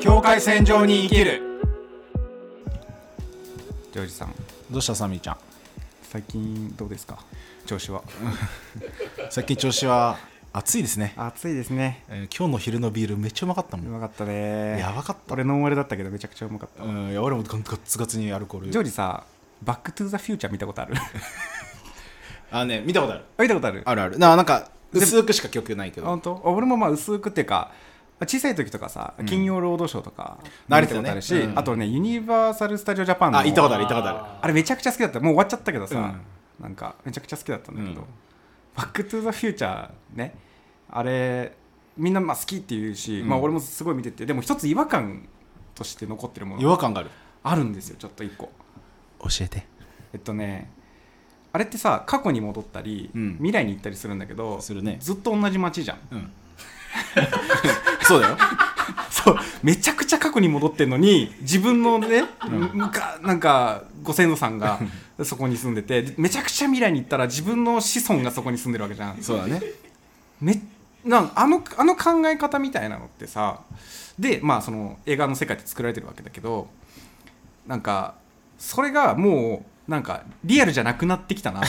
境界線上に生きるジョージさんどうしたサミーちゃん最近どうですか調子は最近調子は暑いですね、暑いですねえー今日の昼のビールめっちゃうまかったもうんまかったねやばかった俺ノンアルだったけどめちゃくちゃうまかった、うんいや俺もガッツガツにアルコールジョージさバックトゥーザフューチャー見たことある あね見たことあるあ見たことあるあるあるななんか薄くしか記憶ないけあど本当あ俺もまあ薄くっていうかまあ小さい時とかさ「金曜ロードショー」とかうん慣れたことあるし、うんあとねユニバーサル・スタジオ・ジャパンのあ行ったことある行ったことあるあれめちゃくちゃ好きだったもう終わっちゃったけどさ、うなんかめちゃくちゃ好きだったんだけど「うんバック・トゥ・ザ・フューチャーね」あれみんなまあ好きっていうし、うんまあ、俺もすごい見ててでも一つ違和感として残ってるも違の和が感があるあるんですよちょっと一個教えてえっとねあれってさ過去に戻ったり、うん未来に行ったりするんだけどするねずっと同じ街じゃんうん そうだよそうめちゃくちゃ過去に戻ってんのに自分のね、むかなんかご先祖さんがそこに住んでてでめちゃくちゃ未来に行ったら自分の子孫がそこに住んでるわけじゃんそうだねめなんあのあの考え方みたいなのってさでまあその映画の世界って作られてるわけだけどなんかそれがもうなんかリアルじゃなくなってき たなと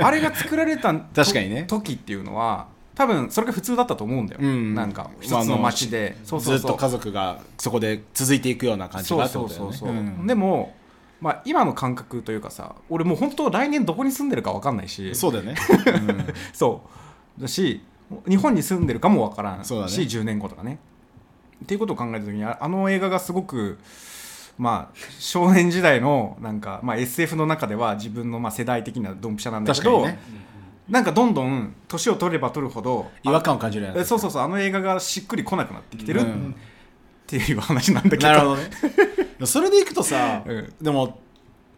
あれが作られた確かにねと時っていうのは多分それが普通だったと思うんだよ、うんなんか一つの街で、そうそうずそっうと家族がそこで続いていくような感じがあってことだよねそうそうそうそう、うんでも、まあ、今の感覚というかさ俺もう本当来年どこに住んでるか分かんないしそうだ よね、そうだし日本に住んでるかも分からんし、そうだね10年後とかねっていうことを考えた時にああの映画がすごくまあ少年時代のなんか、まあ、SF の中では自分のまあ世代的なドンピシャなんだけ確かにど、ねなんかどんどん年を取れば取るほど違和感を感じるようになえってそうそうそうあの映画がしっくりこなくなってきてるうっんていう話なんだけど,、なるほど ねそれでいくとさ、うんでも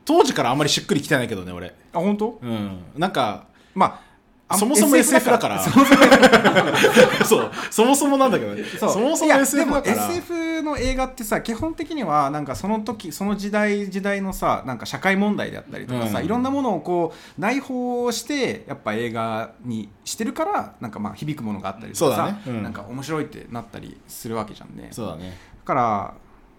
当時からあんまりしっくりきてないけどね俺あ本当うんなんかまあ、あんそもそも SF だからそ そうそもそもなんだけどねそうそもそいもや SF だかでもら SF の映画ってさ基本的にはなんかその時その時代時代のさなんか社会問題であったりとかさ、うんいろんなものをこう内包してやっぱ映画にしてるからなんかまあ響くものがあったりとかさ、そうだねうんなんか面白いってなったりするわけじゃんねだそうだねから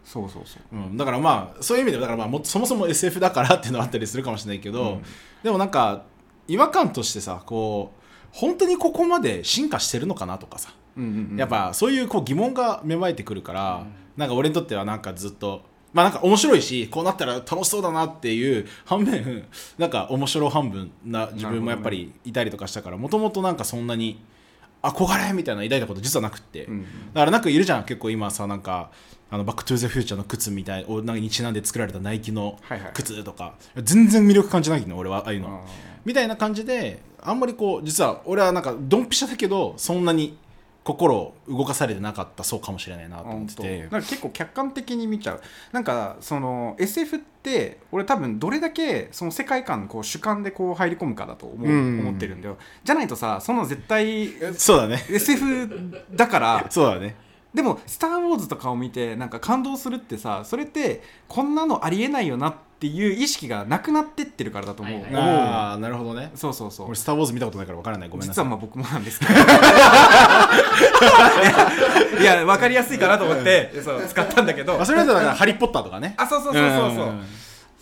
そうそうそううん、だからまあそういう意味ではだからまあもそもそも SF だからっていうのはあったりするかもしれないけど、うんでもなんか違和感としてさこう本当にここまで進化してるのかなとかさ、うんうんうんやっぱそういうこう疑問が芽生えてくるから、なんか俺にとってはなんかずっとまあなんか面白いしこうなったら楽しそうだなっていう反面なんか面白半分な自分もやっぱりいたりとかしたからもともとなんかそんなに憧れみたいな抱いたこと実はなくって、うんだからなんかいるじゃん結構今さなんかあのバック・トゥ・ザ・フューチャーの靴みたいをなんかにちなんで作られたナイキのはいはい靴とか、全然魅力感じないの俺はああいうのあーみたいな感じであんまりこう実は俺はなんかドンピシャだけどそんなに心を動かされてなかったそうかもしれないなと思っててなんか結構客観的に見ちゃうなんかその SF って俺多分どれだけその世界観こう主観でこう入り込むかだと思う、うん思ってるんだよじゃないとさその絶対そうだね SF だ からそうだねでも「スター・ウォーズ」とかを見てなんか感動するってさそれってこんなのありえないよなっていう意識がなくなってってるからだと思う、はいはいああなるほどねそうそうそう俺「スター・ウォーズ」見たことないから分からないごめんな実さはいまあ僕もなんですけど いや分かりやすいかなと思ってそう使ったんだけどあそれだとだから「ハリー・ポッター」とかねあそうそうそうそうそう、ん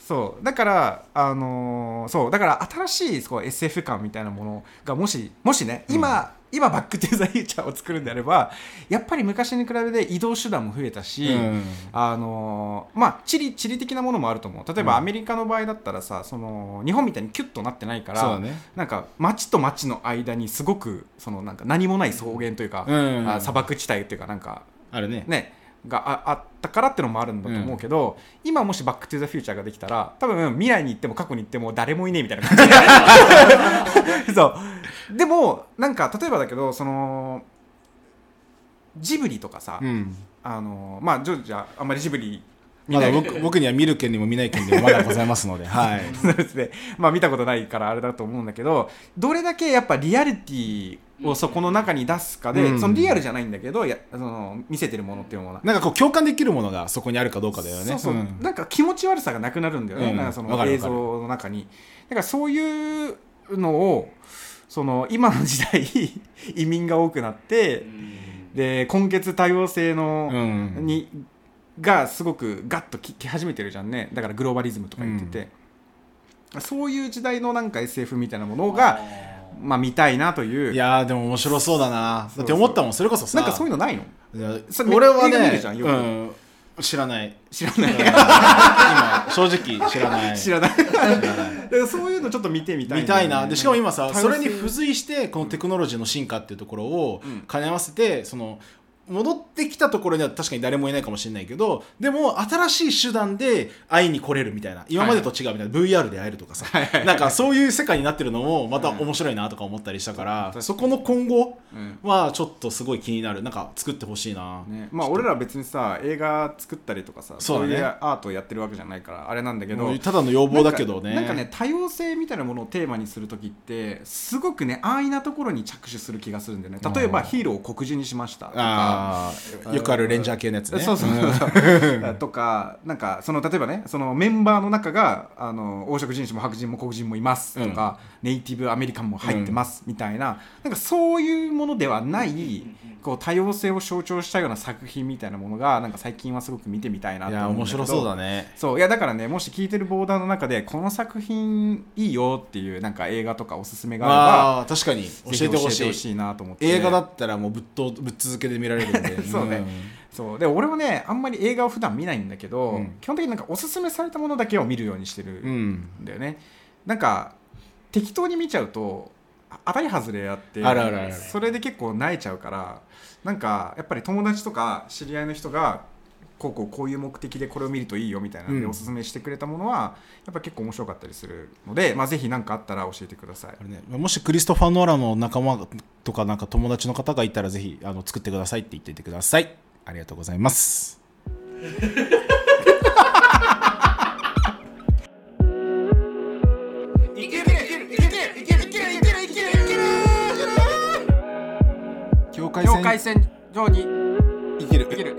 そうだからあのーそうだから新しいこう SF 感みたいなものがもしもしね今、今バック・トゥ・ザ・フューチャーを作るんであればやっぱり昔に比べて移動手段も増えたし、うんあのーまあ地理地理的なものもあると思う例えばうんアメリカの場合だったらさその日本みたいにキュッとなってないからそうだねなんか町と町の間にすごくそのなんか何もない草原というか、うんあ砂漠地帯というかなんかあるねね、がああったからってのもあるんだと思うけど、今もし「バック・トゥ・ザ・フューチャー」ができたら多分未来に行っても過去に行っても誰もいねえみたいな感 じそうでもなんか例えばだけどそのジブリとかさ、うんあのまあジョージはあんまりジブリ見まなだい、僕僕には見る権利も見ない権利もまだございます ので、はい、そうですねまあ見たことないからあれだと思うんだけどどれだけやっぱリアリティをそこの中に出すかで、うんそのリアルじゃないんだけどやその見せてるものっていうものはなんかこう共感できるものがそこにあるかどうかだよね。そうそう、んなんか気持ち悪さがなくなるんだよね、うんなんかそわのかるわ映か像るの中に。だからそういう のをその今の時代移民が多くなって、で今月多様性の、うんにがすごくガッときき始めてるじゃんねだからグローバリズムとか言ってて、そういう時代のなんか SF みたいなものがまあ見たいなといういやーでも面白そうだなだって思ったもんそれこそさなんかそういうのないのいやそれ俺は映画見るねじゃんよくうん知らない知らなうんい今正直知らな い知らないだか知らないらそういうのちょっと見てみたいみたいなでしかも今さ多様性それに付随してこのテクノロジーの進化っていうところをうん兼ね合わせてその戻ってきたところには確かに誰もいないかもしれないけどでも新しい手段で会いに来れるみたいな今までと違うみたいな VR で会えるとかさなんかそういう世界になってるのもまた面白いなとか思ったりしたからうんそこの今後うんはちょっとすごい気になるなんか作ってほしいなね、まあ俺ら別にさ映画作ったりとかさそうそだうねいうアートをやってるわけじゃないからあれなんだけどただの要望だけどねなんかなんかね多様性みたいなものをテーマにする時ってすごくね安易なところに着手する気がするんだよね例えばうんヒーローを黒人にしましたとか。ああよくあるレンジャー系のやつねそうそううんそうとかなん かその例えばねそのメンバーの中があの黄色人種も白人も黒人もいますとか、ネイティブアメリカンも入ってますみたいな,、なんかそういうものではないこう多様性を象徴したような作品みたいなものがなんか最近はすごく見てみたいないとや思うん面だけど白そうだねそういやだからねもし聞いてるボーダーの中でこの作品いいよっていうなんか映画とかおすすめがあああ確かにれ教ばえてぜほひ教しいなと思って映画だったらもうぶっとぶっ続けで見られるんで そうねそうで俺もねあんまり映画を普段見ないんだけど、うん基本的になんかおすすめされたものだけを見るようにしてるうん、うんだよね、なんか適当に見ちゃうとあ当たり外れあってあるあるあるあるそれで結構萎えちゃうからなんかやっぱり友達とか知り合いの人がこうこうこういう目的でこれを見るといいよみたいなのでうんおすすめしてくれたものはやっぱ結構面白かったりするので、まあ、ぜひ何かあったら教えてくださいあれね、もしクリストファー・ノーランの仲間とかなんか友達の方がいたらぜひあの作ってくださいって言っていてくださいありがとうございますいけるいけるいけるいけるいけるいけるいけるいける境界境界線上に生きる生きる